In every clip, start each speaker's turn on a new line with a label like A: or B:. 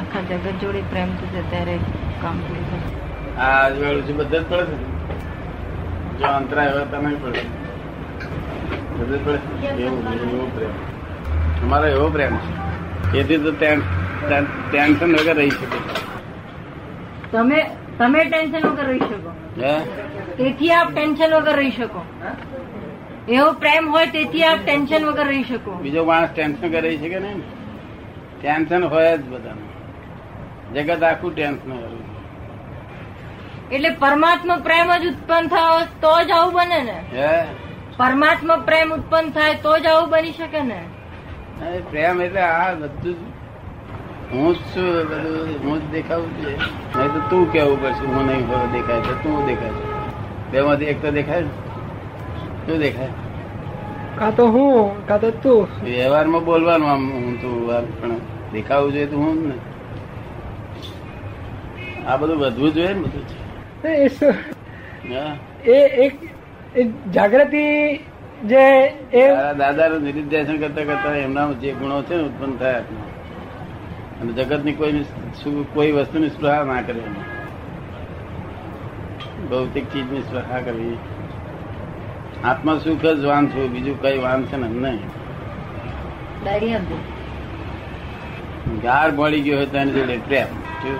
A: આખા જગત જોડે પ્રેમથી જતા રહે કમ્પ્લીટ
B: આ આજવાળું છે બધા જ પડે છે જો અંતરા એવા તમે પડે બધા જ પડે છે? એવો એવો પ્રેમ અમારો એવો પ્રેમ છે એથી તો ટેન- ટેન- ટેન્શન વગર રહી શકે
A: તમે તમે ટેન્શન વગર રહી શકો
B: હે
A: તેથી આપ ટેન્શન વગર રહી શકો એવો પ્રેમ હોય તેથી આપ ટેન્શન વગર રહી શકો
B: બીજો માણસ ટેન્શન વગર રહી શકે નહીં ને? ટેન્શન હોય જ બધાને જગત આખું ટેન્શન વાળું
A: એટલે પરમાત્મા પ્રેમ જ ઉત્પન્ન થયો તો જ આવું બને ને
B: છે. હે
A: પરમાત્મા પ્રેમ ઉત્પન્ન થાય તો જ આવું બની શકે ને
B: અરે પ્રેમ એટલે આ બધું જ હું જ છું બધું હું જ દેખાવું છે નહીં તો તું કેવું પડશે હું નહીં હોય દેખાય તો તું દેખાય બે માંથી એક તો દેખાય ને તું દેખાય
C: કાં તો હું કાં તો તું
B: વ્યવહારમાં બોલવાનું આમ હું તું આમ પણ દેખાવું જોઈએ તો હું જ ને આ બધું વધવું જોઈએ ને બધું
C: એ શું-
B: હા
C: એ એક એ જાગૃતિ જે એ
B: તારા દાદાનું નિરીધ્યાસન કરતા કરતા એમના જે ગુણો છે ને ઉત્પન્ન થયા આત્મા. અને જગતની કોઈ કોઈ વસ્તુની સ્પર્ધા ના કરે એમ. ભૌતિક ચીજની સ્પર્ધા કરવી આત્મા સુખ જ વાન છું બીજું કઈ વાન છે ને એમ નહીં
A: ડાયરી આપજો
B: ગાર મળી ગયો હોય તો એની જોડે પ્રેમ શું?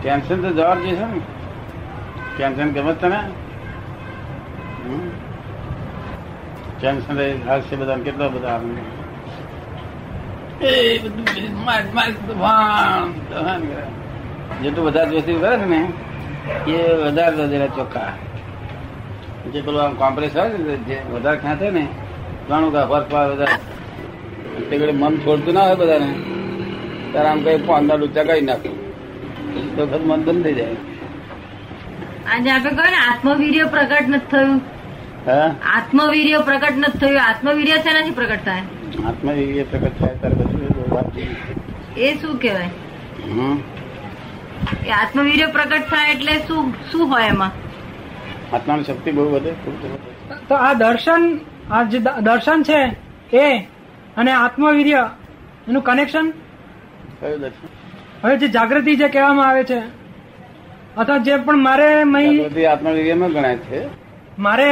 B: ટેન્શન તો જવાબ છે ને ટેન્શન ગમે છે તને હમ? ટેન્શન રહે હાસ્ય બધા કેટલા બધા આનંદ એ બધું માર માર ધવાણ, ધવાણ કરે. જેટલું વધારે જોશી કરે છે ને એ વધારે વધેલા ચોખ્ખા જે પેલું આમ કોમ્પ્રેસ હોય ને જે વધારે ખાતે ને ઘણું કા ફર્ક પાર વધારે તે ઘડી મન છોડતું ના હોય બધાને ત્યારે આમ કઈ પાંદડા ઊંચા કરી નાખું તો વખત મન બંધ થઈ જાય
A: આજે આપણે કહ્યું ને આત્મવીર્ય પ્રગટ નથી થયું
B: હા
A: આત્મવીર્ય પ્રગટ નથી થયું આત્મવીર્ય શેનાથી પ્રગટ થાય
B: આત્મવિવેક પ્રગટ થાય ત્યારે બધું વાત થઈ.
A: એ શું કહેવાય
B: હમ
A: એ આત્મવીર્ય પ્રગટ થાય એટલે શું શું હોય એમાં
B: આત્માની શક્તિ બહુ વધે ખૂબ વધે.
C: તો આ દર્શન આ જે દ- દર્શન છે એ અને આત્મવીર્ય એનું કનેક્શન
B: કયું દર્શન
C: હવે જે જાગૃતિ જે કહેવામાં આવે છે અથવા જે પણ મારે મય-
B: જાગૃતિ આત્મવિવેક ન ગણાય છે
C: મારે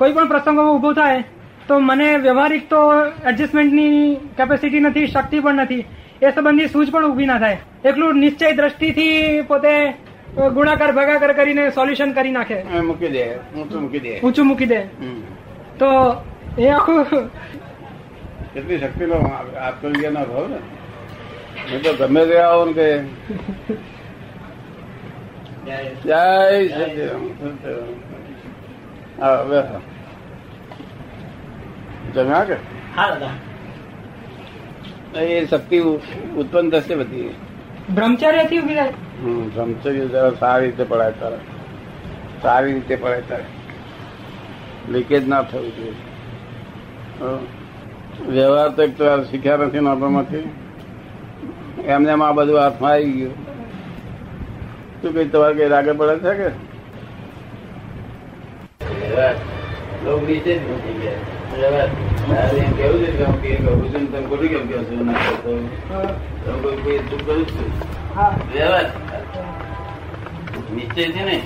C: કોઈ પણ પ્રસંગોમાં ઉભો થાય તો મને વ્યવહારિક તો એડજસ્ટમેન્ટની કેપેસિટી નથી શક્તિ પણ નથી એ સંબંધી સૂઝ પણ ઊભી ના થાય એકલું નિશ્ચય દ્રષ્ટિથી પોતે અ, ગુણાકાર ભાગાકાર કરીને સોલ્યુશન કરી નાખે
B: એ મૂકી દે ઊંચું મૂકી દે
C: ઊંચું મૂકી દે
B: હમ.
C: તો એ આખું
B: એટલી શક્તિ નો આત્મવિવેક નો અભાવ ને હું તો ગમે તે આવો ને કે જય સચિદાનંદ. હા, હવે હા. જમ્યા કે એ શક્તિ ઉ- ઉત્પન્ન થશે બધી
C: બ્રહ્મચર્યથી ઊભી થાય
B: હમ, બ્રહ્મચર્ય જરા સારી રીતે પડાય તારે સારી રીતે પડાય તારે લીકેજ ના થવું જોઈએ હમ. વ્યવહાર તો એક તો આ શીખ્યા નથી નોટોમાંથી એમને એમ આ બધું હાથમાં આવી ગયું શું કઈ તમારે કઈ રાગે પડે છે કે લોક નીચે જ મૂકી ગયા મારે એમ કેવું છે કે હું કે કહું છું ને તમે ખોટું કેમ કહો છો ના કહો છો? તમે કોઈ કોઈ ચૂપ કરું જ છું
C: હા
B: વ્યવહાર નિશ્ચય છે ને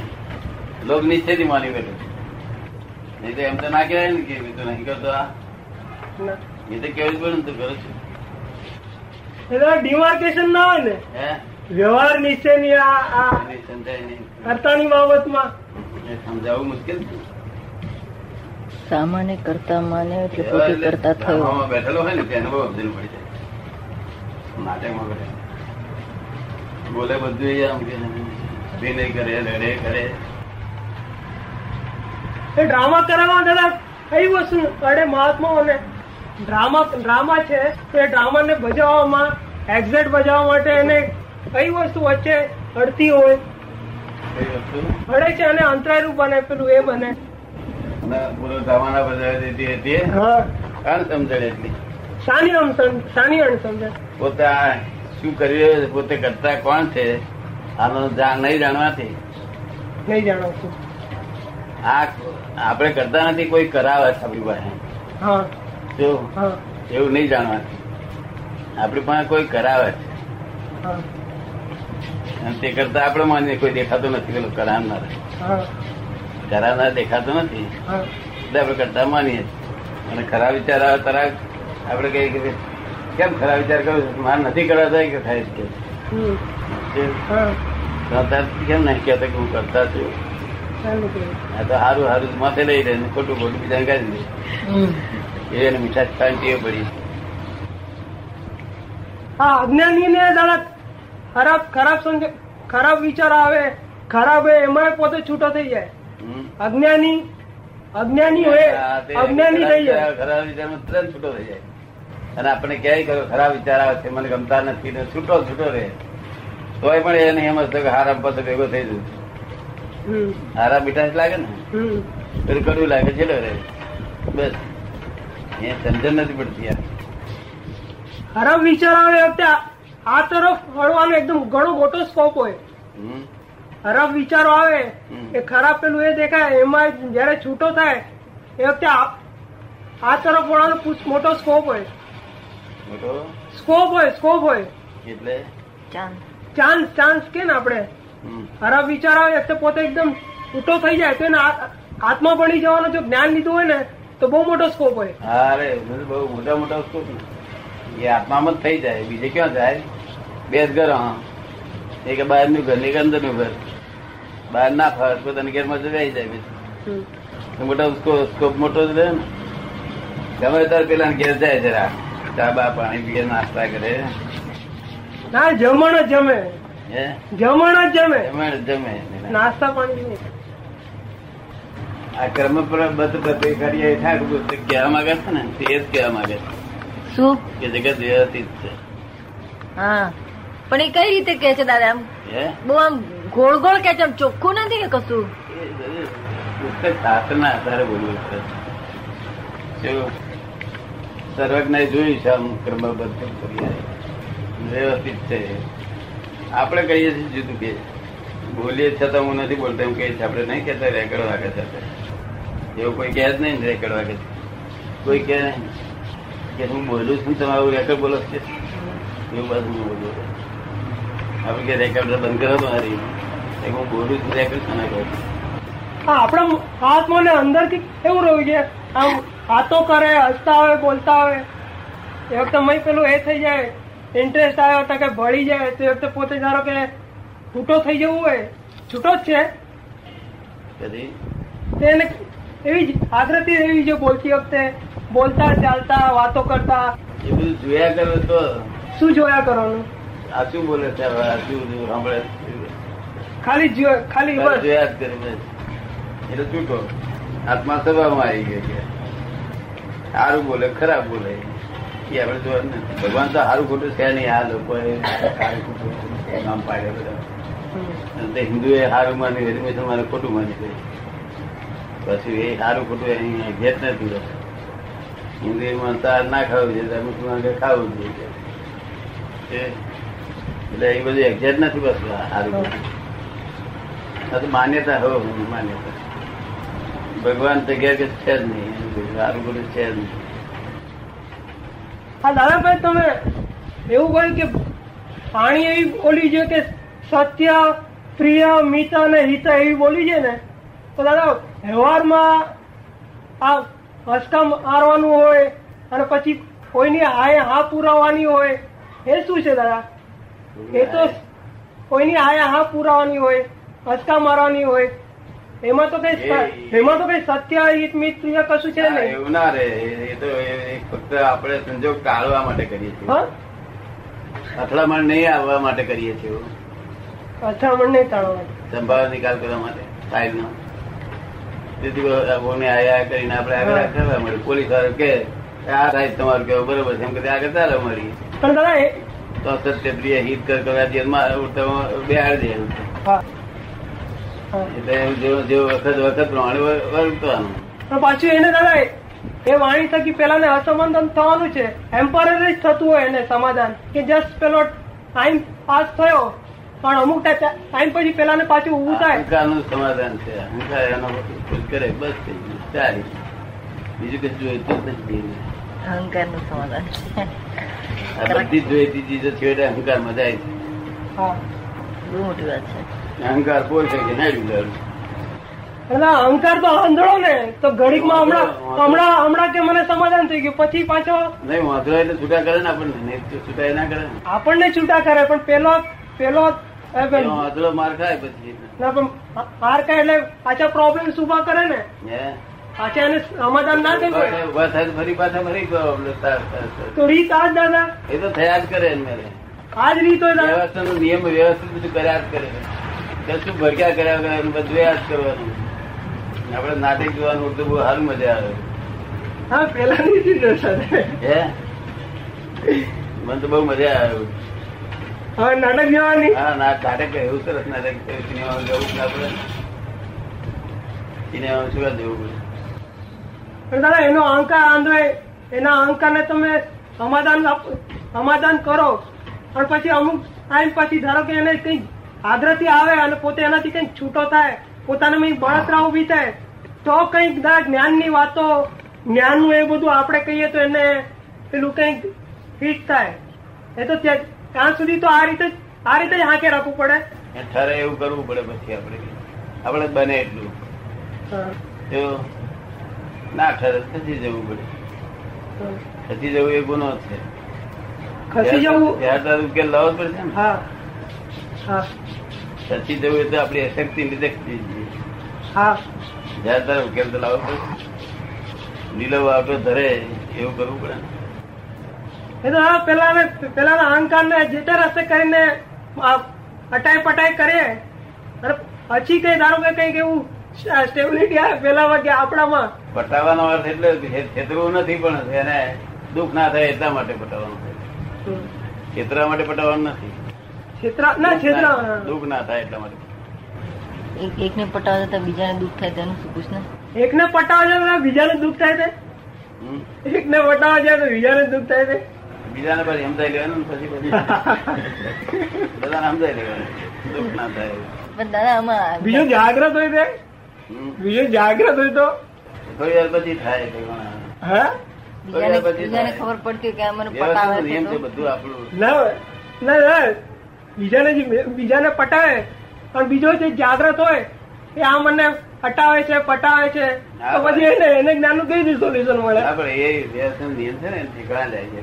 B: લોક નિશ્ચય થી માની બેઠો નહીં તો એમ તો ના કહેવાય ને કે મેં તો નહીં કરતો આ
C: ના.
B: એ તો કેવું જ પડે ને તું કરું છું
C: એ તો ડિમાર્કેશન ના હોય ને
B: હે
C: વ્યવહાર નિશ્ચયની આ આ
B: એને સમજાય નહીં
C: કર્તાની બાબતમાં
B: એ સમજાવવું મુશ્કેલ છે
A: સામાન્ય કરતા માને
B: વ્યવહાર એટલે ધામામાં બેઠેલો હોય ને તેને બહુ અબજન પડી જાય નાટકમાં બેઠેલો બોલે બધું એ આમ કે ભીને કરે રડે કરે
C: એ ડ્રામા કરવામાં દાદા કઈ વસ્તુ અરે મહાત્માઓને ડ્રામા ડ્રામા છે તો એ ડ્રામાને ભજાવવામાં એક્ઝેક્ટ ભજાવવા માટે એને કઈ વસ્તુ વચ્ચે અડતી હોય
B: કઈ વસ્તુ
C: અડે છે અને અંતરાયરૂપ બને પેલું એ બને
B: અને પૂરો ધામાના બજાવે દેતી હતી
C: હા
B: કારણ સમજાડે એટલી
C: સાની અણસમ સાની અણસમ છે
B: પોતે આ શું કરી રહ્યો છે પોતે કરતા કોણ છે આનો જાણ નહીં જાણવાથી
C: નહીં જાણવતું
B: આ આપણે કરતા નથી કોઈ કરાવે છે આપણી પાસે
C: હા
B: જો
C: હા
B: એવું નહીં જાણવાથી આપણી પાસે કોઈ કરાવે છે
C: હા,
B: અને તે કરતા આપણે માનીએ કોઈ દેખાતો નથી પેલો કરારનાર
C: હા,
B: કરારનાર દેખાતો નથી
C: હા,
B: એટલે આપણે કરતા માનીએ છીએ. અને ખરા વિચાર આવે તરાક આપણે કહીએ કે કેમ ખરા વિચાર કરો છો? માર નથી કરવા થાય કે થાય છે
C: હમ,
B: તે
C: હા,
B: કરતા કેમ નહીં કહેતો કે હું કરતા છું
C: ચાલુ કર્યું.
B: આ તો હારું હારું જ માથે લઈ લે ને ખોટું ખોટું બીજા કાઢી
C: હમ.
B: લે એને મીઠાશ ખાવાની ટેવ પડી
C: આ અજ્ઞાની ને દાદા ખરાબ ખરાબ સંગે ખરાબ વિચાર આવે ખરાબ હોય એમાં પોતે છૂટો થઈ જાય
B: હમ.
C: અજ્ઞાની અજ્ઞાની હોય
B: હા, તે
C: અજ્ઞાની થઈ જાય
B: ખરાબ ખરાબ વિચારમાં તુરંત છૂટો થઈ જાય અને આપણે ક્યાંય કરો ખરાબ વિચાર આવે છે મને ગમતા નથી ને છૂટો છૂટો રહે તોય પણ એને એમ જ થયું કે હારા પાસે ભેગો થઈ જવું
C: હમ,
B: હારા મીઠાશ લાગે ને
C: હમ,
B: પેલું કડવું લાગે છે લે રે બસ એ સમજણ નથી પડતી યાર
C: ખરાબ વિચાર આવે એ વખતે આ- આ તરફ વળવાનો એકદમ ઘણો મોટો સ્કોપ હોય
B: હમ.
C: ખરાબ વિચારો આવે
B: હમ.
C: એ ખરાબ પેલું એ દેખાય એમાં જયારે છૂટો થાય એ વખતે આ આ તરફ વળવાનો પૂછ- મોટો સ્કોપ હોય
B: મોટો
C: સ્કોપ હોય સ્કોપ હોય
B: એટલે
A: ચાંદ
C: ચાન્સ ચાન્સ કે ને આપણે
B: હમ.
C: ખરાબ વિચાર આવે તો પોતે એકદમ ઉટો થઈ જાય તો એને આ- આત્મા બની જવાનો જો જ્ઞાન લીધું હોય ને તો બહુ મોટો સ્કોપ હોય
B: હા રે બધું બહુ મોટા મોટા વસ્તુ છે ને. એ આત્મામાં જ થઈ જાય બીજે ક્યાં જાય બે જ ઘર હા એક બહારનું ઘર ને એક અંદરનું ઘર બહાર ના ફાવે પોતાના ઘેરમાં જ બેસી જાય પછી તો મોટો સ્કો- સ્કોપ મોટો જ રહે ને ગમે ત્યારે પેલા ઘેર જાય જરા ચા બા પાણી પીએ નાસ્તા કરે
C: ના જમણ જ જમે
B: હે
C: જમણ જ જમે
B: જમે ને જમે
C: નાસ્તા પાણી નહીં.
B: આ કર્મ પર બધું બધે કરીએ ઠાકુર કહેવા માંગે છે ને તે એ જ કહેવા માંગે છે
A: સુખ
B: કે જગત વ્યવસ્થિત છે
A: હા પણ એ કઈ રીતે કે છે દાદા આમ
B: હે
A: બહુ આમ ગોળ ગોળ કે છે આમ ચોખ્ખું નથી કે કશું
B: પુસ્તક શાસ્ત્રના આધારે બોલવું છે જો સર્વજ્ઞએ જોયું છે આમ ક્રમબદ્ધ પર્યાય. વ્યવસ્થિત છે આપણે કહીએ છીએ જુદું કે બોલીએ છતાં હું નથી બોલતો એમ કહીએ છીએ આપણે નહીં કહેતા રેકડ વાગે છે આપણે. એવું કોઈ કહે જ નહીં ને રેકડ વાગે છે કોઈ કહે નહીં કે હું બોલું છું તમારું રેકડ બોલો છે એવું બધું હું બોલું છું. આપણે કે રેકડ બંધ કરો તમારી એ હું બોલું છું રેકડ કોને કહું છું?
C: હા આપણા આત્માને અંદરથી એવું રહ્યું છે આમ વાતો કરે હસતા હોય બોલતા હોય એ વખતે મય પેલું એ થઈ જાય ઇન્ટરેસ્ટ આવ્યો તો કે ભળી જાય તો એ વખતે પોતે ધારો કે છૂટો થઈ જવું હોય છૂટો જ છે
B: પછી
C: તેને એવી જ આકૃતિ એવી જે બોલતી વખતે બોલતા ચાલતા વાતો કરતા
B: એ બધું જોયા કરો તો
C: શું જોયા કરવાનું
B: આ શું બોલે છે હવે? આ શું બધું સાંભળે છે?
C: ખાલી જો- ખાલી
B: તારે
C: બસ
B: જોયા જ કરે બસ. એટલે છૂટો આત્મા સભામાં આવી ગયો છે સારું બોલે ખરાબ બોલે એ આપણે જોવા જ નથી ભગવાન તો સારું ખોટું છે નહીં આ લોકો નામ પાડે બધા અને તે હિન્દુએ સારું માન્યું એટલે મુસલમાને ખોટું માન્યું છે. પછી એ સારું ખોટું એની ભેટ નથી હોતી. હિન્દુએ માનતા ના ખાવું જોઈએ ત્યારે મુસલમાને ખાવું જોઈએ એ એટલે એ બધું એક્ઝેક્ટ નથી પાછું આ સારું ખોટું. આ તો માન્યતા હો એની માન્યતા ભગવાન તો ઘેર કે છે જ નહીં એનું બધું સારું ખોટું છે જ નહીં
C: હા દાદાભાઈ તમે એવું કહ્યું કે પાણી એવી બોલી છે કે સત્ય પ્રિય મિત અને હિત એવી બોલી છે ને તો દાદા વ્યવહારમાં આ હસકા મારવાનું હોય અને પછી કોઈની આય હા પુરાવાની હોય એ શું છે દાદા એ તો કોઈની આયા હા પુરાવાની હોય હસકા મારવાની હોય એમાં તો કઈ
B: એ-
C: એમાં તો કઈ સત્ય હિત મિત પ્રિય કશું છે
B: ના,
C: નહીં
B: એવું ના રે એ તો એ- એ ફક્ત આપણે સંજોગ ટાળવા માટે કરીએ છીએ
C: હા
B: અથડામણ નહીં આવવા માટે કરીએ છીએ
C: અથડામણ નહીં તાળવાની
B: સંભાવ નિકાલ કરવા માટે ફાઇલનો તેથી બોને આયા કરીને આપણે આગળ
C: હા.
B: કરવા મળ્યું પોલીસ વાળો કે આ સાહેબ તમારું કેવું બરોબર છે એમ કે આગળ ચાલો મળી
C: પણ દાદા એ
B: તો સત્ય પ્રિય હિત કર કરવા જેલમાં બેહાડ દે એમ.
C: હા હા.
B: એટલે એવું જેવો જેવો વખત વખત પ્રમાણે વર- વર્તવાનું
C: પણ પાછું એને દાદા એ- એ વાણી થકી પેલાને અસમાધાન થવાનું છે એમ્પરરી જ થતું હોય એને સમાધાન કે જસ્ટ પેલો ટાઈમ પાસ થયો પણ અમુક ટાઈમ પછી પેલાને પાછું ઊભું થાય
B: અહંકારનું સમાધાન છે અહંકાર એનો ઉકેલ કરે બસ થઈ ગયું ચાલી બીજું કશું જોઈતું જ નથી એને.
A: અહંકાર નું સમાધાન
B: આ બધી જ જોઈતી ચીજો છેવટે અહંકારમાં જાય છે
C: હા
D: બહુ મોટી વાત છે
B: અહંકાર કોઈ છે કે નહીં લીધેલું.
C: એટલે અહંકાર તો આંધળો ને તો ઘડીકમાં હમણાં હમણાં હમણાં કે મને સમાધાન થઈ ગયું પછી પાછો
B: નહીં વાંધો એટલે છૂટા કરે ને આપણને નહીં તો છૂટા એ ના કરે ને
C: આપણને છૂટા કરે પણ પેલો પેલો એ
B: એનો
C: પેલો-
B: વાંધો માર ખાય પછી
C: ના પણ હાર કાય એટલે પાછા પ્રોબ્લેમ્સ ઉભા કરે ને
B: હે
C: પાછા એને સમાધાન ના થયું
B: ઉભા
C: હોય
B: થાય- ઉભા થાય તો ફરી પાછા ફરી problem start થાય છે.
C: તો રીત આ જ દાદા
B: એ તો થયા જ કરે એમને
C: આ જ રીત હોય દાદા
B: વ્યવસ્થાનો નિયમ વ્યવસ્થિત બધું કર્યા જ કરે કશું ભરક્યા કર્યા વગર એનું બધું યાદ કરવાનું ને આપણે નાટક જોવાનું હોય તો બહુ હાલ મજા આવે
C: હા પેલા ની રીત ને સાથે
B: હે મને તો બહુ મજા આવે
C: હવે નાટક જવાની
B: હા ના નાટક એવું સરસ નાટક છે. સિનેમામાં જવું જ ના પડે સિનેમામાં શું કામ જવું પડે
C: પણ દાદા એનો અહંકાર આંધો હોય, એના અહંકાર ને તમે સમાધાન આપ- સમાધાન કરો અને પછી અમુક ટાઈમ પછી ધારો કે એને કઈ આદરતી આવે અને પોતે એનાથી કઈ છૂટો થાય પોતાને કઈ બળતરા ઉભી થાય તો કઈક જ્ઞાન ની વાતો જ્ઞાન નું એ બધું આપણે કહીએ તો એને પેલું કઈક ફિટ થાય એ તો ત્યાં ત્યાં સુધી તો આ રીતે જ- આ રીતે જ હાંકે રાખવું પડે
B: એ ઠરે એવું કરવું પડે પછી આપણે આપણે બને એટલું
C: હા,
B: જો ના ઠરે તો ખસી જવું પડે
C: હા.
B: ખસી જવું એ ગુનો છે
C: ખસી જવું
B: ત્યાર તાર ઉકેલ લાવવો જ પડશે ને
C: હા હા
B: ખસી જવું એ તો આપણી અશક્તિ લીધે ખસી જઈએ
C: હા
B: જ્યાં તારે ઉકેલ તો લાવવો પડે નીલો વાવટો ધરે એવું કરવું પડે ને.
C: એ તો હા પેલા પેલા અહંકાર ને જે તે રસ્તે કરીને આ હટાઈ પટાઈ કરીએ અને પછી કઈ ધારો કે કઈક એવું સ્ટેબિલિટી આવે પેલા વાગે આપણામાં
B: પટાવવાનો અર્થ એટલે છે- છેતરવું નથી પણ એને દુઃખ ના થાય એટલા માટે પટાવવાનું છે. છેતરવા માટે પટાવવાનું નથી
C: છેતરા ના છેતરા
B: દુઃખ ના થાય એટલા માટે
D: એક એકને પટાવતા હતા બીજાને દુઃખ થાય તેનું શું પૂછને
C: એકને પટાવા જાય તો બીજાને દુઃખ થાય છે
B: હમ?
C: એકને પટાવા જાય તો બીજાને દુઃખ થાય છે
B: બીજાને પછી સમજાઈ લેવાનું ને પછી પછી બધાને સમજાઈ લેવાનું દુઃખ ના થાય એવું.
D: પણ દાદા આમાં
C: બીજો જાગ્રત હોય છે
B: હમ?
C: બીજો જાગ્રત હોય તો
B: થોડી વાર પછી થાય એટલે ઘણા.
C: હે
D: બીજાને
B: બધા પછી
D: બીજાને
B: થાય.
D: ખબર પડતી હોય કે આ મને
B: વ્યવસ્થિત
D: પટાવે છે
B: નિયમ છે
D: તો.
B: બધું આપણું
C: ના ના ના બીજાને જે- બીજાને પટાવે પણ બીજો જે જાગ્રત હોય એ આ મને પટાવે છે પટાવે છે તો
B: હા,
C: પછી એને એને જ્ઞાનનું કઈ રીતે સોલ્યુશન મળે
B: હા, પણ એ વ્યવસ્થિત નિયમ છે ને એનાથી ઘણા જાય છે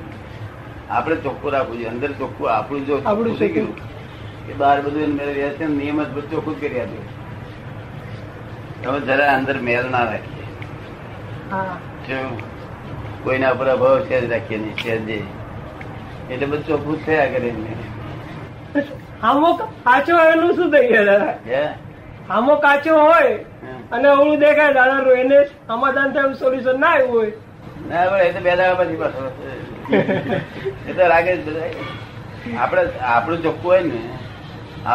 B: આપણે ચોખ્ખું રાખવું જોઈએ અંદર ચોખ્ખું આપણું જો
C: આપણું
B: થઈ
C: ચોખ્ખું.
B: ગયું, એ બહાર બધું એને મેં વ્યવસ્થિત નિયમ જ બધું ચોખ્ખું જ કરી આપ્યું તમે જરા અંદર મેલ ના રાખીએ
C: હા
B: જો કોઈના ઉપર અભાવ છે જ રાખીએ નહીં છે જ નહીં. એટલે બધું ચોખ્ખું જ થયા કરે એમને.
C: આમો કાચો હોય એનું શું થઈ ગયા દાદા
B: હે?
C: આમો કાચો હોય
B: હમ.
C: અને ઓળું દેખાય દાદા એને સમાધાન થયું સોલ્યુશન ના આવ્યું હોય
B: ના પણ એ તો બે દાડા પછી પાછો એ તો લાગે જ બધાય. આપણે આપણું ચોખ્ખું હોય ને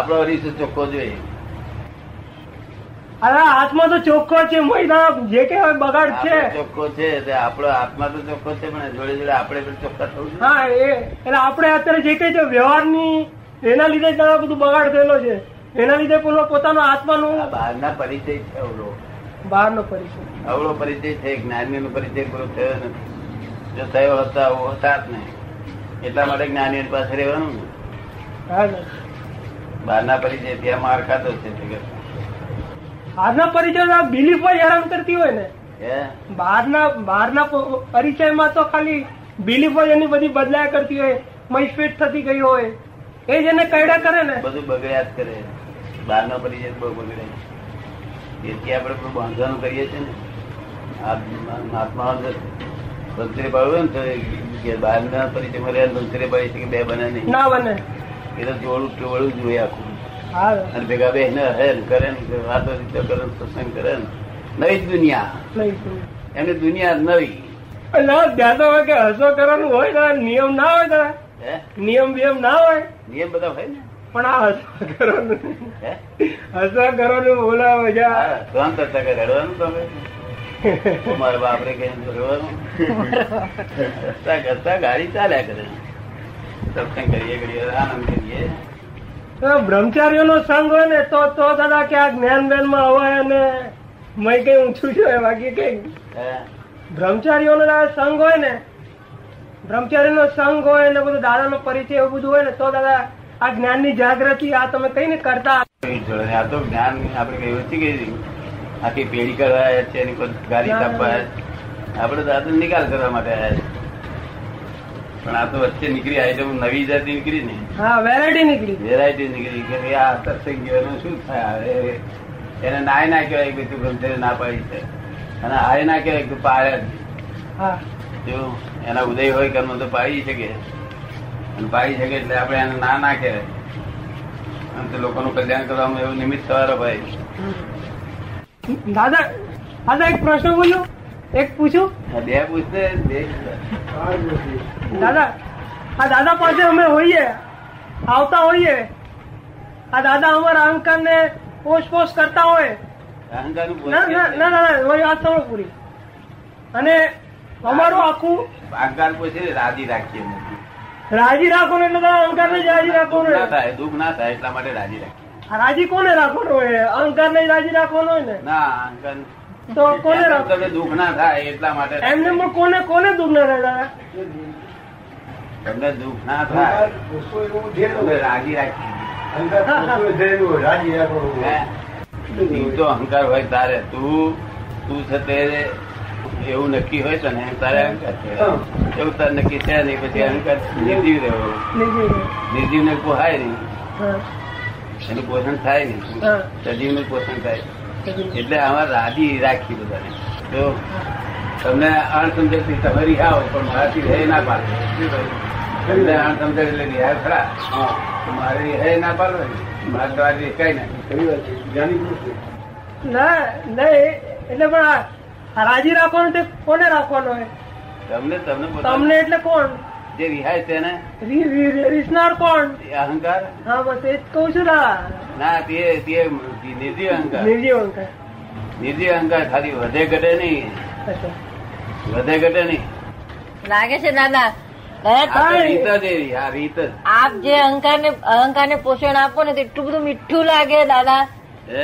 B: આપણો રીસ ચોખ્ખો જોઈએ
C: અરે હાથમાં તો ચોખ્ખો છે મહિના જે કે હોય બગાડ છે
B: આપણો ચોખ્ખો છે એટલે આપણો આત્મા તો ચોખ્ખો છે પણ જોડે જોડે આપણે પણ ચોખ્ખા થવું જોઈએ.
C: હા એ એટલે આપણે અત્યારે જે કઈ છે વ્યવહારની એના લીધે જ આ બધું બગાડ થયેલો છે એના લીધે પેલો પોતાનો
B: આ
C: આત્માનું
B: બહારના પરિચય છે અવળો
C: બહારનો પરિચય
B: અવળો પરિચય છે જ્ઞાનીનો પરિચય પૂરો થયો નથી જો થયો હતા આવો હતા જ નહીં એટલા માટે જ્ઞાની પાસે રહેવાનું ને
C: હા ને.
B: બહારના પરિચય ત્યાં માર ખાતો છે જગત.
C: બહારના પરિચય બિલીફ જ હેરાન કરતી હોય ને
B: હે
C: બહારના બહારના પ- પરિચયમાં તો ખાલી બિલીફ જ એની બધી બદલાયા કરતી હોય મહિફેટ થતી ગઈ હોય એ જ એને કયડા કરે ને
B: બધું બગડ્યા જ કરે બહારનો પરિચય બહુ બગડે તેથી આપણે બધું બાંધવાનું કરીએ છીએ ને આત્મા- આત્મા બંતરે પાડવું હોય ને તો એ બહારના પરિચયમાં રહ્યા બંતરે પાડી છે કે બે બને નહીં
C: ના બને
B: એ તો જોડું ટોળું જોઈએ આખું
C: હા
B: અને ભેગા બે ને હે ને કરે ને વાતો રીતે કરે ને સત્સંગ કરે ને નવી જ દુનિયા
C: નહીં શું.
B: એમની દુનિયા જ નવી
C: ના ત્યાં તો હવે કે હસો કરવાનું હોય ને નિયમ ના હોય ને
B: હે
C: નિયમ બિયમ ના હોય
B: નિયમ બધા હોય ને
C: પણ આ હસવા કરવાનું
B: હે
C: હસવા કરવાનું બોલાવે છે આ.
B: હા, સહન કરતા કે રડવાનું તમે તો મારા બાપરે કે રડવાનું હસતા કરતા ગાડી ચાલ્યા કરે સત્સંગ કરીએ કરીએ આનંદ કરીએ
C: તો બ્રહ્મચારીઓનો સંગ હોય ને તો તો દાદા કે આ જ્ઞાન બેન માં અવાય અને મેં કઈ ઊંચું છે બાકી કઈ
B: હે?
C: બ્રહ્મચારીઓનો દાદા સંગ હોય ને બ્રહ્મચારીનો સંગ હોય ને બધું દાદાનો પરિચય એવું બધું હોય ને તો દાદા આ જ્ઞાનની જાગૃતિ આ તમે કઈ ને કરતા
B: જોડે આ તો જ્ઞાન આપણે કહ્યું હતી કે આખી પેઢી કરવા આવ્યા છે એની કોઈ ગાડી કાપવા આવ્યા છે. આપણે તો આનો નિકાલ કરવા માટે આવ્યા છે પણ આ તો વચ્ચે નીકળી આઈટમ નવી જાતિ નીકળી ને
C: હા વેરાયટી નીકળી
B: વેરાયટી નીકળી કે ભાઈ આ સત્સંગ કહેવાનું શું થાય હવે એને નાય ના કહેવાય કે તું ગમતે ના પાડી છે અને હાય ના કહેવાય કે તું પાડે જ.
C: હા
B: જો એના ઉદય હોય કર્મ તો પાડી શકે અને પાડી શકે એટલે આપણે એને ના ના કહેવાય અને તે લોકોનું કલ્યાણ કરવામાં એવું નિમિત્ત થવાનો ભાઈ
C: દાદા દાદા એક પ્રશ્ન બોલ્યો એક પૂછું
B: આ બે પૂછતે બે
C: દાદા આ દાદા પાસે અમે હોઈએ આવતા હોઈએ આ દાદા અમારા અહંકાર ને પોષ પોષ કરતા હોય
B: અહંકાર
C: ના ના ના ના ના, મારી વાત સાંભળો પૂરી અને અમારું આખું
B: અહંકાર પૂછે રાજી રાખીએ નથી.
C: રાજી રાખો ને એટલે દાદા અહંકાર ને જ રાજી રાખો
B: દુઃખ ના
C: ને
B: થાય દુઃખ ના થાય એટલા માટે રાજી રાખીએ
C: રાજી કોને રાખવાનો હોય અહંકાર ને રાજી રાખવાનો હોય ને
B: ના અહંકાર
C: તો કોને રાખો
B: તમને દુઃખ ના થાય એટલા માટે
C: એમને પણ કોને કોને દુઃખ ના થાય દાદા
B: તમને દુઃખ ના થાય તમે રાજી રાખીએ હે? જીવતો અહંકાર હોય તારે તું તું છે તે એવું નક્કી હોય તને તારે અહંકાર છે એવું તારે નક્કી છે નહીં પછી અહંકાર નિર્જીવ રહ્યો
C: નીકળી
B: નિર્જીવ ને પોહાય નહીં
C: હા
B: એનું પોષણ થાય નહીં
C: હા
B: સજીવ નું પોષણ થાય એટલે આમાં રાજી રાખી બધાને તો તમને અણસમજણથી તમે રિહા હોય પણ મારાથી રહે ના પાડો તમને અણસમજણ એટલે રિહા ખરા તો મારે રિહા ના પાડો ને મારે તમારી રિહાય ના
C: ના ના એ- એટલે પણ આ- આ રાજી રાખવાનો તે કોને રાખવાનો હોય
B: તમને તમને પોતાને
C: તમને એટલે કોણ
B: જે રિહાય છે ને
C: રી- રી- રી- રીસનાર કોણ
B: એ અહંકાર
C: હા બસ એ જ કહું છું ના
B: ના તે તે નિર્જીવ અહંકાર
C: નિર્જીવ અંકર
B: નિર્જીવ અહંકાર ખાલી વધે ઘટે નહીં વધે ઘટે નહીં
A: લાગે છે દાદા દાદા
B: આ તો રીત જ એવી આ રીત જ
A: આપ જે અહંકારને અહંકારને પોષણ આપો ને તો એટલું બધું મીઠું લાગે દાદા
B: હે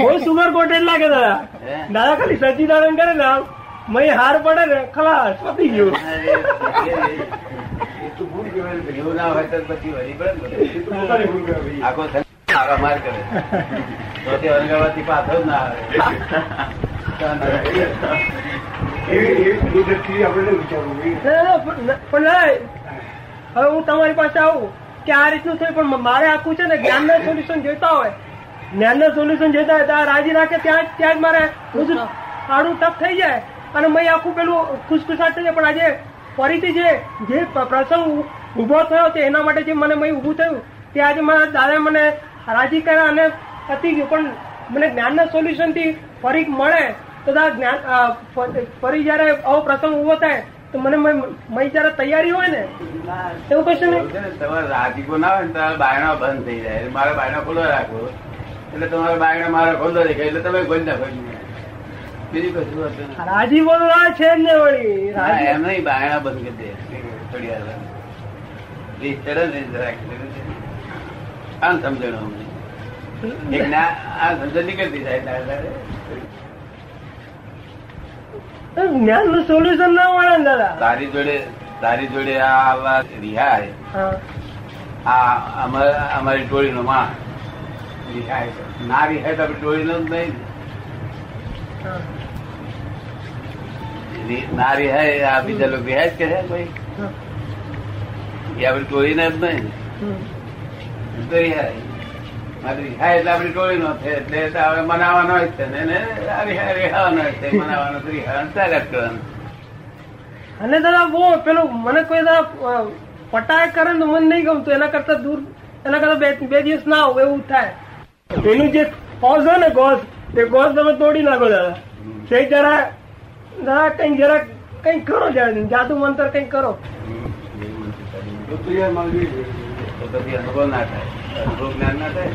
C: બહુ સુગર કોટેજ લાગે દાદા
B: હે
C: દાદા ખાલી સચિદાનંદ કરે ને આમ મય હાર પડે ને ખલાસ પતી ગયું
B: એવું ના હોય તો પછી વળી પડે ને બધું. આખો સંગ મારા માર કરે તો તે અનગળવાથી પાછો જ ના આવે
C: ના, ના, પણ ના- પણ ના હવે હું તમારી પાસે આવું કે આ રીતનું થયું પણ મારે આખું છે ને જ્ઞાનના સોલ્યુશન જોઈતા હોય જ્ઞાનના સોલ્યુશન જોઈતા હોય તો આ રાજી રાખે ત્યાં જ ત્યાં જ મારે બધું આડું ટપ થઈ જાય અને મેં આખું પેલું ખુશખુશાટ થઈ જાય પણ આજે ફરીથી જે જે પ્ર- પ્રસંગ ઉભો થયો તે એના માટે જે મને મય ઊભું થયું તે આજે મારા દાદાએ મને રાજી કર્યા અને પતી ગયું પણ મને જ્ઞાનના સોલ્યુશનથી ફરી મળે તો દાદા જ્ઞાન અ, ફ- ફરી જયારે આવો પ્રસંગ ઉભો થાય તો મને મય મય જયારે તૈયારી હોય ને એવું કશું નહીં
B: તમારે રાજીકો ના હોય ને તમારા બાયણા બંધ થઈ જાય એટલે મારા બાયણા ખુલ્લો રાખો એટલે તમારા બાયણા મારા ખુલ્લો દેખાય એટલે તમે ગોલ નાખો બીજું કશું હોતું નથી.
C: રાજીવો તો આ છે જ ને વળી
B: ના,
C: રાજી-
B: એમ નહીં બાયણા બંધ કરી દે થોડી વાર રીત ચડે ને રીત રાખી દે. આમ સમજણ અમને. એક ના આ સમજણ નીકળતી જાય એટલે આ લાગે.
C: જ્ઞાનનું સોલ્યુશન ના મળે ને દાદા
B: તારી જોડે તારી જોડે આ આવા રિહાય
C: હા
B: આ અમા- અમારી ટોળીનો માણ રિહાય છે. ના રિહાય તો આપણી ટોળીનો જ નહીં
C: હા
B: રી- ના રિહાય આ બીજા લોકો રિહાય જ કરે કોઈ
C: હા.
B: એ આપણી ટોળીને જ નહીં
C: હમ.
B: તો રિહાય મારે રિહાય એટલે આપણી ટોળીનો છે એટલે તો હવે મનાવવાનો જ છે ને એને આ રિહાય રિહાવાનો જ છે મનાવવાનો તો રિહાવાનો ચાલ્યા જ કરવાનો.
C: અને દાદા બહુ પેલું મને કોઈ દાદા અ, પટાય કરે ને તો મને નહીં ગમતું એના કરતા દૂર એના કરતા બે બે દિવસ ના આવું એવું થાય એનું જે કોઝ હોય ને ગોઝ તે ગોઝ તમે તોડી નાખો દાદા તે જરા દાદા કઈ જરા કઈ કરો જરા જાદુ મંતર કઈ કરો
B: તો પછી અનુભવ ના થાય અનુભવ જ્ઞાન ના થાય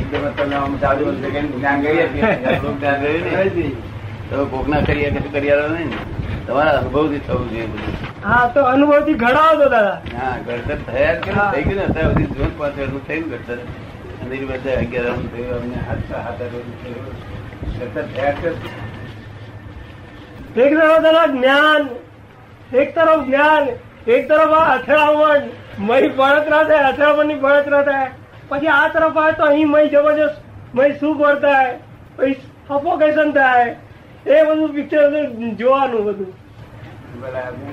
B: એકદમ જ તમને આમ ચાલુ વર્ષે કઈ જ્ઞાન કરી આપીએ. અનુભવ જ્ઞાન રહ્યું ને તો કોકના કરીએ કશું કરિયારો નહીં ને તમારા અનુભવથી થવું જોઈએ બધું
C: હા તો અનુભવથી ઘડાવો તો દાદા
B: હા ઘડતર થયા જ કર્યું. થઈ ગયું ને અત્યાર સુધી જૂન પાંચ વર્ષનું થયું ઘડતર અંદર બધા અગિયાર વર્ષનું થયું અમને હાથ હાથ વર્ષનું થયું ઘડતર થયા જ કર્યું.
C: એક તરફ દાદા જ્ઞાન એક તરફ જ્ઞાન એક તરફ આ અથડામણ મય બળતરા થાય અથડામણની બળતરા થાય પછી આ તરફ આવે તો અહીં મય જબરજસ્ત મય શું થાય પછી સફોકેશન થાય એ બધું પિક્ચર જોવાનું બધું
B: બરાબર.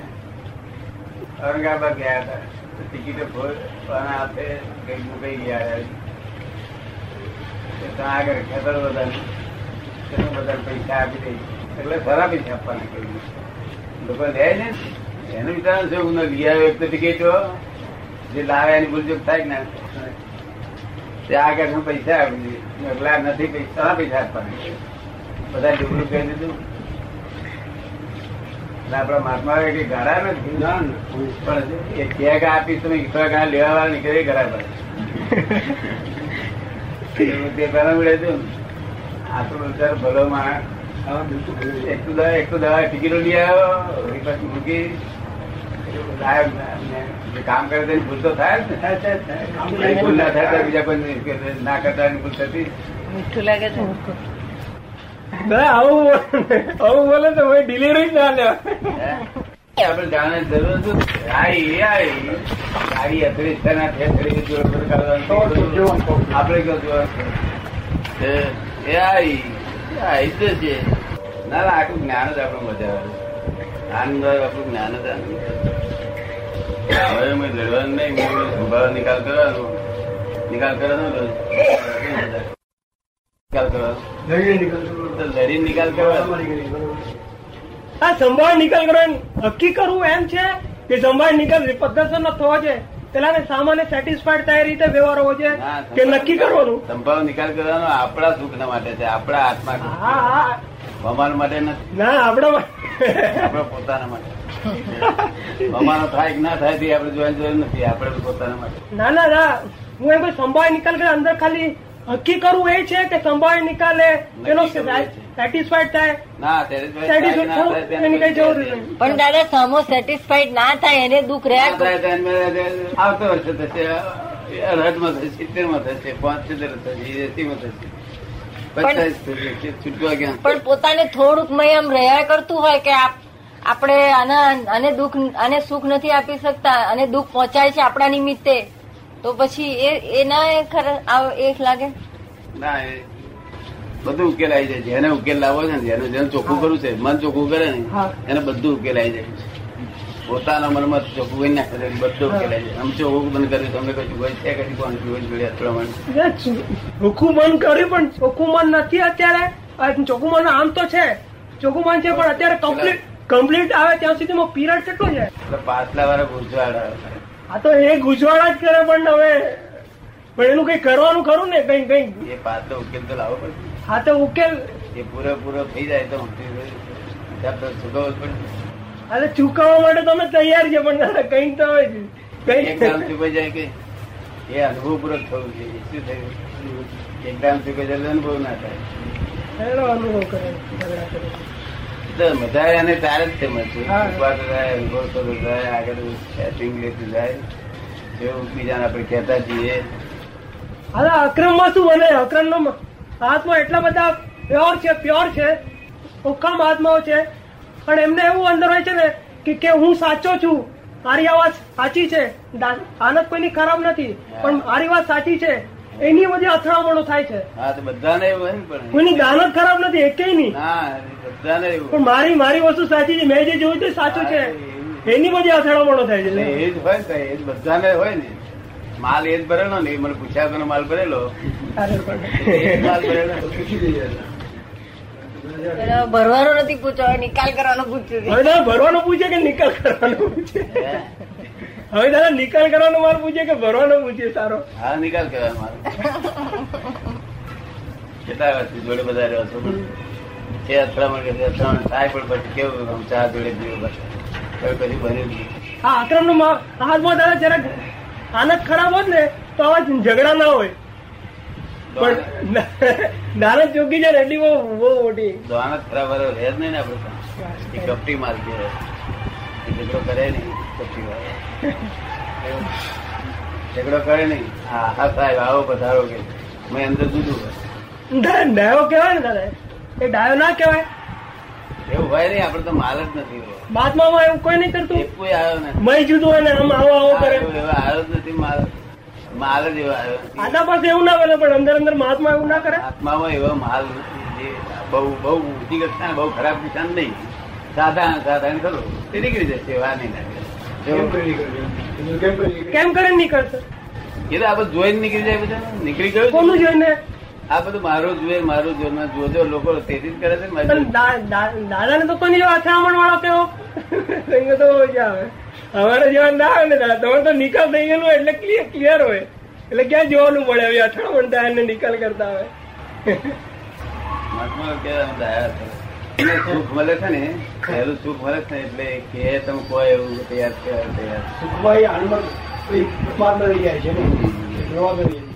B: ઔરંગાબાદ ગયા હતા તો ટિકિટો ફોર- પણ આપે કંઈક મુકાઈ ગયા તો ત્યાં આગળ ખેતર બધાને તેનો બધા પૈસા આપી દઈ એટલે ખરાબી છે આપવાને કહ્યું લોકો લે ને એનું વિચાર છે હું લઈ આવ્યો એક તો ટિકિટો જે લાવે એની ભૂલચૂક થાય ને ત્યાં આગળ હું પૈસા આપી દઈએ એટલે નથી પૈસા પૈસા આપવાના બધા ડુબડું કહી દીધું એટલે આપણા મહાત્મા એ કઈ ગાળા નથી પણ એ ચેક આપીશ તમે થોડા ઘણા લેવા વાળા નીકળે ગરાબર તે પેલા મળે છે આપણો વિચાર ભલો માણસ એક તો દવા એક તો દવા ટિકિટો લઈ આવ્યો વળી પાછી મૂકી લાયો ને જે કામ કરે તેની ભૂલ તો થાય જ ને એની ભૂલ ના થાય તો બીજા કોઈ નહીં. ના કરતા એની ભૂલ થતી
A: મીઠું લાગે છે
C: ના, આવું બોલે- આવું બોલે તો ભાઈ ડિલિવરી જ ના લેવાય
B: હે? આપણે જાણવાની જરૂર નથી. આઈ, આઈ. આઈ અધરી તેના તે અધરી જોર પર કરવાનું. આપણે કયો જોવાનું છે? એ, એ આઈ. એ આઈ તો છે. ના ના આખું જ્ઞાન જ આપણું મજા આવે આનંદ આવે, આપણું જ્ઞાન જ આનંદ આવે. હવે અમે લડવાનું નહીં અમે ઉભારો નિકાલ કરવાનો નિકાલ કરવાનો રોજ. નિકાલ કરવાનો તો લડીને નિકાલ કરવાનો
C: આ સંભાળ નિકાલ કરવાનું નક્કી કરવું એમ છે કે સંભાળ નિકાલ પ્રદર્શન થવો છે પેલાને સામાન્ય સેટિસ્ફાઈડ થાય એ રીતે વ્યવહાર હોવો છે
B: ના,
C: કે નક્કી કરવાનું
B: સંભાવ નિકાલ કરવાનો આપણા સુખના માટે છે આપણા આત્મા
C: હા હા
B: ભમાન માટે નથી
C: ના આપણા
B: આપણા પોતાના માટે ભમાનો થાય કે ના થાય તે આપણે જોવાની જરૂર નથી આપણે પોતાના માટે
C: ના ના ના હું એમ કહું સંભાળ નિકાલ કરે અંદર ખાલી નક્કી કરવું એ છે કે સંભાળ નિકાલે એનો
B: નક્કી કરવું એ છે.
C: સેટિસ્ફાઈડ થાય
B: ના satisfied થાય કે
C: સેટિસ્ફાઈડ
B: ના થાય
C: થવું
B: તેની
C: એની કઈ જરૂર
B: કોઈ
C: નથી
A: પણ દાદા સામો સેટિસ્ફાઈડ ના થાય એને દુઃખ રહ્યા
B: ના
A: કરે.
B: થાય તો એમને આવતા વર્ષે થશે અડહઠમાં થશે સિત્તેરમાં થશે પાંચસિત્તેર થશે એસીમાં થશે પચાસ થશે છૂટવા ગયા
A: પણ પોતાને થોડુંક મય આમ રહ્યા કરતું હોય કે આપ- આપણે આના આને દુઃખ આને સુખ નથી આપી શકતા અને દુઃખ પહોંચાય છે આપણા નિમિત્તે તો પછી એ એના એ ખરા આવ- એ લાગે
B: ના એ બધું ઉકેલ આવી જાય છે એને ઉકેલ લાવવો છે ને એનું જેનું ચોખ્ખું કરવું છે મન ચોખ્ખું કરે ને એને બધું ઉકેલ આવી જાય છે પોતાના મનમાં ચોખ્ખું કરી નાખે છે, બધું ઉકેલ આવી જાય આમ ચોખ્ખું બંધ કર્યું તમને કશું હોય છે કશું કોણ જોઈ જોડે અથડામણ
C: ચોખ્ખું મન કર્યું પણ ચોખ્ખું મન નથી અત્યારે આ ચોખ્ખું મન આમ તો છે ચોખ્ખું મન છે પણ અત્યારે કમ્પ્લીટ કમ્પ્લીટ આવે ત્યાં સુધીમાં પીરિયડ કેટલો છે
B: એટલે પાછલા વાળા ભૂસવાડા
C: આ તો એ ગુજવાડા જ કરે પણ હવે પણ એનું કઈ કરવાનું ખરું ને કઈ કઈ
B: એ પાછલો ઉકેલ તો લાવવો પડે
C: આ તો ઉકેલ
B: એ પૂરેપૂરો થઈ જાય તો ઊંધી રહે. ત્યાં તો સુધારો જ પડે.
C: એટલે ચૂકવવા માટે તમે તૈયાર છે પણ કઈ તો
B: એક ગામ
C: કઈ
B: ચૂકાઈ જાય કે એ અનુભવપૂર્વક થવું જોઈએ શું થયું એક ગામ ચૂકાઈ જાય એટલે અનુભવ ના થાય
C: એનો અનુભવ કરે ઝઘડા કરે
B: તો બધા એને તાર જ છે મજબૂત.
C: હા.
B: ઉભા થતા અનુભવ થતો જાય આગળ સેટિંગ લેતું જાય એવું બીજાને આપણે કહેતા જઈએ
C: હવે અક્રમમાં શું બને અક્રમનો આત્મા એટલા બધા પ્યોર છે પ્યોર છે ઉક્કમ આત્માઓ છે પણ એમને એવું અંદર હોય છે ને કે કે હું સાચો છું મારી આ વાત સાચી છે દા- હાલત કોઈની ખરાબ નથી પણ મારી વાત સાચી છે એની બધી અથડામણો થાય છે
B: હા તો બધાને એવું હોય ને પણ
C: કોઈની દાનત ખરાબ નથી એકેય નહીં
B: ના બધાને એવું
C: પણ મારી મારી વસ્તુ સાચી છે મેં જે જોયું તે સાચું છે એની બધી અથડામણો થાય
B: એટલે
C: છે
B: એ જ હોય ને તો એ જ બધાને હોય ને માલ એ જ ભરેલો ને એ મને પૂછ્યા વગરનો માલ ભરેલો એ જ માલ ભરેલો
A: એનો ભરવાનો નથી પૂછ્યો હવે નિકાલ કરવાનો પૂછ્યું છે.
C: હવે દાદા ભરવાનો પૂછે કે નિકાલ કરવાનો પૂછે
B: હે?
C: હવે દાદા નિકાલ કરવાનો માર પૂછે કે ભરવાનો પૂછે સારો
B: હા નિકાલ કહેવાય મારો કેટલા વર્ષથી જોડે બધા રહ્યો છો એ અથડામણ કે અથડામણ થાય પણ પછી કેવું આમ ચા જોડે પીવું બસ હવે કશું બન્યું જ નહીં
C: આ આક્રમ નો હાથમાં દાદા જરાક હાલત ખરાબ હોત ને તો આવા ઝઘડા ના હોય પણ દાનત ચોકી છે ને એટલી બહુ બહુ મોટી
B: દ્વાના ખરાબ વાળો રહે જ નહીં ને આપડે ત્યાં એ કપટી માલકી રહે એ ઝઘડો કરે નહીં કપટી વાળો એવું. ઝઘડો કરે નહીં હા હા સાહેબ આવો પધારો કે મેં અંદર જુદું
C: દાદા ડાયો કહેવાય ને દાદા એ ડાયો ના કહેવાય
B: એવું હોય નહીં આપડે તો માલ જ નથી એવો.
C: મહાત્મામાં એવું કોઈ નહીં કરતું
B: એક કોઈ આવ્યો નથી
C: મય જુદું હોય ને આમ આવો આવો કરે
B: એવો એવો આવ્યો જ નથી માલ માલ જ એવો આવ્યો નથી.
C: આદા પાસે એવું ના બને પણ અંદર અંદર મહાત્મા એવું ના કરે
B: આત્મામાં એવો માલ નથી જે બહુ બહુ ઊંચી કક્ષા બહુ ખરાબ નિશાન નહીં સાધારણ સાધારણ ખરો તે નીકળી જશે વાર નહીં લાગે
C: કેમ કરે નહીં કરશે
B: એ તો આ બધું જોઈને નીકળી જાય બધા નીકળી ગયું
C: કોનું જોઈને
B: આ બધું મારો જુએ મારો જો જોજો લોકો તેથી જ કરે છે મારી
C: પણ દા- દા- દાદાને તો કોની જેવા અથડામણ વાળો કેવો એને તો મજા આવે અમારે જેવા ના આવે ને દાદા તમારે તો નિકાલ થઈ ગયેલો હોય એટલે ક્લિયર ક્લિયર હોય એટલે ક્યાં જોવાનું પડે હવે અથડામણ દાદાને નિકાલ કરતા હોય
B: મહાત્મા કેવા દયા છે. એને સુખ મળે છે ને પહેલું સુખ મળે છે ને એટલે કે તમે કોઈ એવું તૈયાર થયા તૈયાર
E: સુખભાઈ હાલમાં કોઈ બીમાર મળી જાય છે ને રોવા મળી જાય છે.